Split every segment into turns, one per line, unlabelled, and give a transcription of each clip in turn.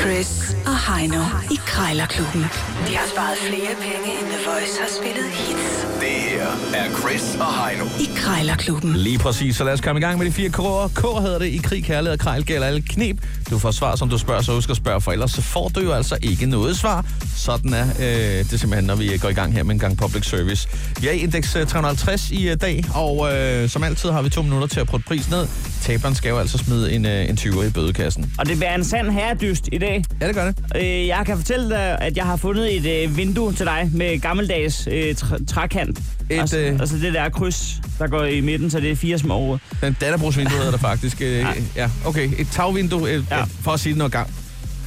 Chris og Heino i Krejlerklubben. De har sparet flere penge, end The Voice har spillet hits
Det her er Chris og Heino.
i Krejlerklubben.
Lige præcis, så lad os komme i gang med de fire K'er. K hedder det i krig, kærlighed og krejl gælder alle knep. Du får svar, som du spørger, så husk at spørge, for ellers så får du jo altså ikke noget svar. Sådan er øh, det simpelthen, når vi går i gang her med en gang public service. Vi er i indeks øh, 350 i øh, dag, og øh, som altid har vi to minutter til at putte prisen ned. Taberen skal jo altså smide en, øh, en 20'er i bødekassen.
Og det bliver en sand herredyst i dag.
Ja, det gør det.
Øh, jeg kan fortælle dig, at jeg har fundet et øh, vindue til dig med gammeldags øh, tr- trækant.
Et,
altså,
øh,
altså det der kryds, der går i midten, så det er fire små
Den datterbrugsvindue hedder der faktisk. Øh, ja.
Ja.
okay. Et tagvindue, øh, ja.
Ja.
for at sige det noget gang.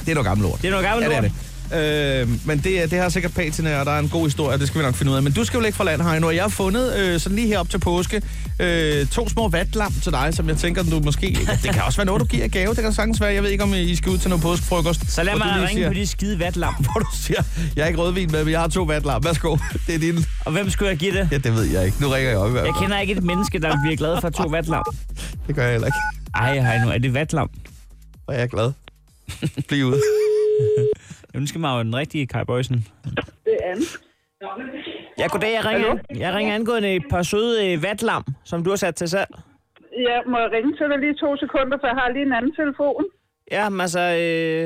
Det er noget gammelt lort.
Det er noget
Ja,
gammelt
det er
lort.
det. Øh, men det, er- det har sikkert patina, og der er en god historie, og det skal vi nok finde ud af. Men du skal jo ikke fra land, Heino, og jeg har fundet, øh, sådan lige her op til påske, øh, to små vatlam til dig, som jeg tænker, du måske... Det kan også være noget, du giver i gave, det kan sagtens være. Jeg ved ikke, om øh, I skal ud til noget påskefrokost.
Så lad
hvor
mig
du lige
ringe
siger,
på de skide vatlam.
Hvor du siger, jeg har ikke rødvin med, men jeg har to vatlam. Værsgo, det er din.
Og hvem skulle jeg give det?
Ja, det ved jeg ikke. Nu ringer jeg op i hvert
Jeg
fald.
kender ikke et menneske, der bliver glad for to vatlam.
Det gør jeg heller ikke.
Ej, hej nu, er det vatlam?
Og jeg er glad. Bliv ude.
Jeg ønsker mig jo den rigtige Kai Bøjsen.
Det er Anne.
Ja, goddag, jeg ringer, an, jeg ringer angående et par søde øh, vatlam, som du har sat til salg.
Ja, må jeg ringe til dig lige to sekunder, for jeg har lige en anden telefon.
Ja, men altså... Øh...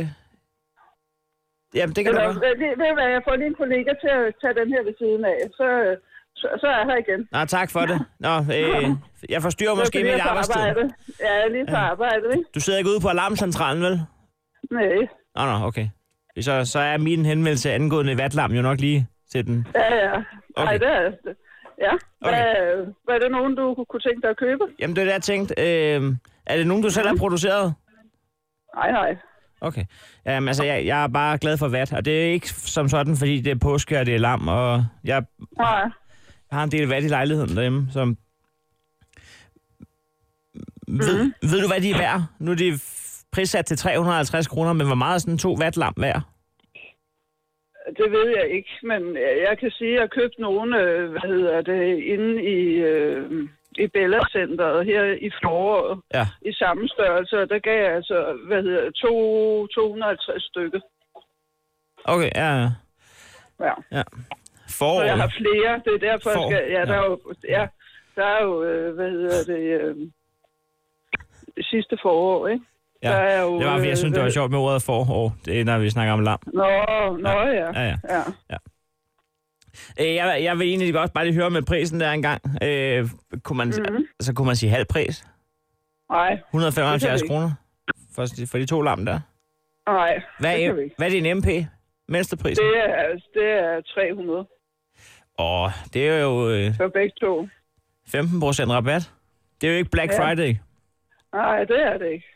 Jamen, det kan du
Eller,
godt.
ved- ved du hvad, jeg får lige en kollega til at tage den her ved siden af, så, så, så er jeg her igen.
Nej, tak for det. Nå, øh, jeg forstyrrer
Det er
måske
fordi,
mit
jeg er på
arbejdstid.
arbejde. Ja, jeg er lige på arbejde, ikke?
Du sidder ikke ude på alarmcentralen, vel?
Nej.
Nå, nå, okay. Så, så er min henvendelse angående vatlam jo nok lige til den.
Ja, ja.
Okay.
Nej, det er det. Ja. Hvad, hvad er det nogen, du kunne- kunne tænke dig at købe?
Jamen, det er det, jeg tænkte. Øh, er det nogen, du selv har produceret?
Nej, nej.
Okay. Jamen, altså, jeg, jeg er bare glad for vat, og det er ikke som sådan, fordi det er påske, og det er lam, og jeg
Nej.
har en del vat i lejligheden derhjemme, som... Ved, ved du, hvad de er værd? Nu er de f- prissat til 350 kroner, men hvor meget er sådan to vatlam værd?
Det ved jeg ikke, men jeg kan sige, at jeg købte nogle, øh, hvad hedder det, inde i, øh, i Bella Centeret her i foråret.
Ja.
i samme størrelse, og der gav jeg altså, hvad hedder det, to- 250 stykker.
Okay, ja, ja.
Ja.
Forår.
Så jeg har flere, det er derfor,
For-
jeg skal, ja, der
ja.
er jo, ja, der er jo øh, hvad hedder det, øh, sidste forår, ikke?
Ja,
der er jo,
det var, fordi jeg
øh,
synes, det var sjovt med ordet forår, det, er, når vi snakker om lam.
Nå, nå ja.
Ja, ja.
ja.
Øh, jeg, jeg vil egentlig godt bare lige høre med prisen der engang. Øh, kunne man, mm-hmm. Så kunne man sige halv pris.
Nej,
175
Det kan Mhm.
kroner
vi
for, for de to lam der.
nej,
Hvad
det
er,
kan vi ikke.
hvad er din MP? Mindstepris?
Det er, det er 300
Åh, det er jo øh,
for begge to.
15 procent rabat. Det er jo ikke Black
Ja.
Friday.
Nej, det er det ikke.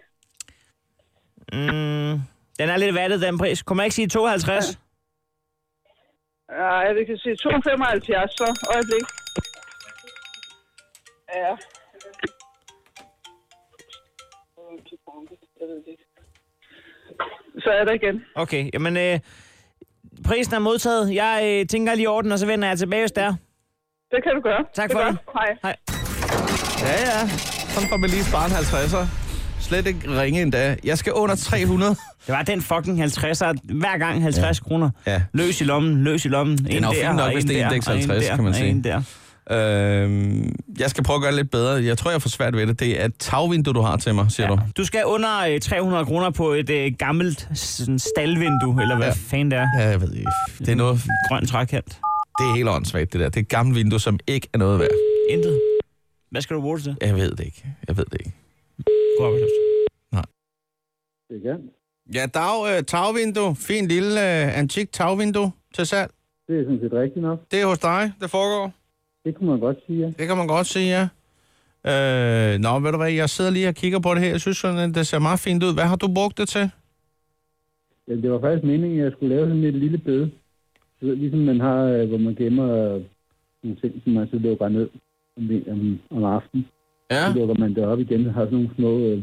Mm, den er lidt vattet, den pris. Kunne man ikke sige 52?
Nej, vi kan sige 275 så. Øjeblik. Ja. Så er der igen.
Okay, jamen øh, prisen er modtaget. Jeg øh, tænker lige i orden, og så vender jeg tilbage, hvis der.
Det kan du gøre.
Tak
det
for
gør.
det.
Hej.
Ja, ja. Sådan får man lige sparen 50'er. Slet ikke ringe endda. Jeg skal under 300.
Det var den fucking 50'er, hver gang 50 ja. kroner.
Ja.
Løs i lommen, løs i lommen. Den
er jo fin nok, hvis det er indeks 50, kan man sige.
En der.
Øhm, jeg skal prøve at gøre det lidt bedre. Jeg tror, jeg får svært ved det. Det er et tagvindue, du har til mig, siger ja. du.
Du skal under øh, 300 kroner på et øh, gammelt sådan, staldvindue, eller hvad
Ja.
ja. fanden det er.
Ja, jeg ved ikke. Det er, noget,
Grøn trækant.
det er helt åndssvagt, det der. Det er et gammelt vindue, som ikke er noget værd.
Intet. Hvad skal du bruge det til?
Jeg ved det ikke. Jeg ved det ikke.
God arbejdsløs.
Ja,
Ja, dag, øh, tagvindue. Fint lille øh, antik tagvindue til salg.
det er sådan set rigtigt nok.
Det er hos dig, det foregår.
Det kunne man godt sige, ja.
Det kan man godt se, ja. Øh, nå, ved du hvad, jeg sidder lige og kigger på det her. Jeg synes sådan, at det ser meget fint ud. Hvad har du brugt det til?
Jamen, det var faktisk meningen, at jeg skulle lave sådan et lille bed. Du ved, Ligesom man har, øh, hvor man gemmer øh, nogle ting, som man så lukker ned om, vi- om, om aftenen.
Ja.
Så lukker man det op igen og har sådan nogle små øh,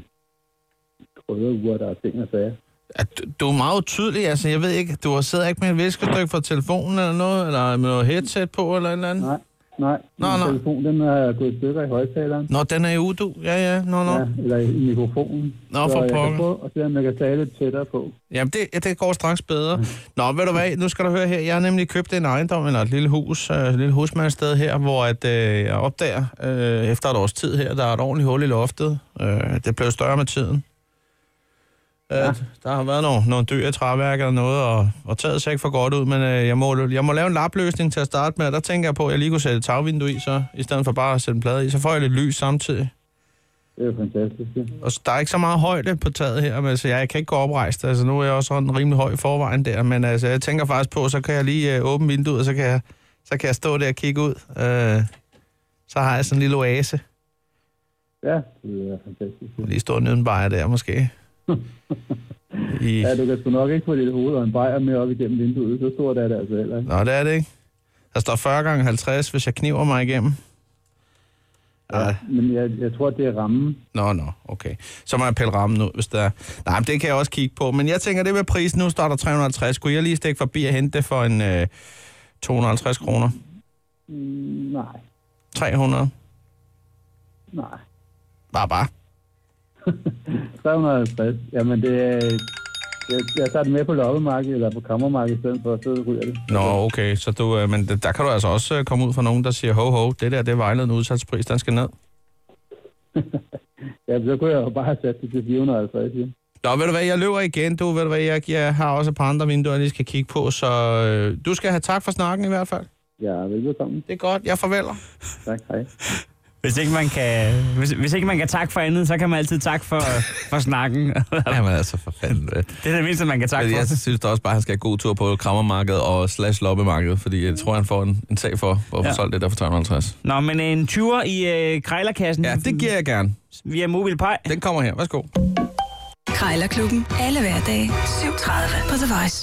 krydderure, der er ting og sager.
At du- du er meget tydelig, altså jeg ved ikke, du har siddet ikke med et viskestykke fra telefonen eller noget, eller med noget headset på eller et eller andet?
Nej, Nej,
Nå,
min
nå.
telefon den er gået i stykker i højtaleren.
Nå, den er i udu. Ja, ja. Nå, nå.
Ja,
Ja.
eller i mikrofonen.
Nå,
så
for
jeg
pokker.
kan prøve at se, om jeg kan tale lidt tættere på.
Jamen, det, ja, det går straks bedre. Nå, ved du hvad, nu skal du høre her. Jeg har nemlig købt en ejendom, eller et lille hus, øh, et lille husmandssted her, hvor at, øh, jeg opdager, øh, efter et års tid her, der er et ordentligt hul i loftet. Øh, det blev større med tiden. Øh, Der har været nogle, nogle dyr i træværk eller noget, og, og taget sig ikke for godt ud, men øh, jeg, må, jeg må lave en lapløsning til at starte med, og der tænker jeg på, at jeg lige kunne sætte et tagvindue i, så, i stedet for bare at sætte en plade i, så får jeg lidt lys samtidig.
Det er jo fantastisk. ja.
Og så Altså, der er ikke så meget højde på taget her, men altså, jeg kan ikke gå oprejst. Altså, nu er jeg også sådan rimelig høj i forvejen der, men altså, jeg tænker faktisk på, så kan jeg lige øh, åbne vinduet, og så kan, jeg, så kan jeg stå der og kigge ud. Øh, så har jeg sådan en lille oase.
Ja, det er fantastisk. ja.
Lige stå og nyde en bajer der, måske. I...
Ja, du kan sgu nok ikke få dit hoved og en bajer med op igennem vinduet. Så stort er det altså heller ikke.
Nå, det er det ikke. Der står 40 gange 50, hvis jeg kniver mig igennem. Ja.
Men jeg, jeg tror, det er rammen.
Nå, nå, okay. Så må jeg pille rammen ud, hvis der er... Nej, men det kan jeg også kigge på. Men jeg tænker, det med prisen nu starter 350. Kunne jeg lige stikke forbi og hente det for en øh, 250 kroner?
Mm, Nej,
300?
nej.
Bare, bare.
350. Jamen, det er... Jeg, jeg tager det med på loppemarkedet eller på kammermarkedet i stedet for, så ryger det.
Nå, okay. Så du, øh, men der kan du altså også øh, komme ud fra nogen, der siger, ho, ho, det der, det er vejledende udsatspris, den skal ned.
Ja, så kunne jeg jo bare have sat det til 450. Ja.
Nå, ved du hvad, jeg løber igen, du. Ved du hvad, jeg, jeg har også et par andre vinduer, jeg lige skal kigge på, så øh, du skal have tak for snakken i hvert fald.
Ja, velkommen.
Det er godt, jeg farveler.
Tak, hej.
Hvis ikke man kan, hvis, hvis ikke man kan takke for andet, så kan man altid takke for, for snakken. det
Jamen altså, for fanden. øh.
er det mindste, man kan takke
Men
for.
jeg synes da også bare, at han skal have god tur på krammermarkedet og slash loppemarkedet, fordi jeg tror, han får en, en sag for, for at få
Ja.
solgt det der for 350.
Nå, men en 20'er i øh, krejlerkassen
Ja, det giver jeg gerne.
via MobilePay.
Den kommer her. Værsgo.
Krejlerklubben. Alle hverdage. 7.30 på The Voice.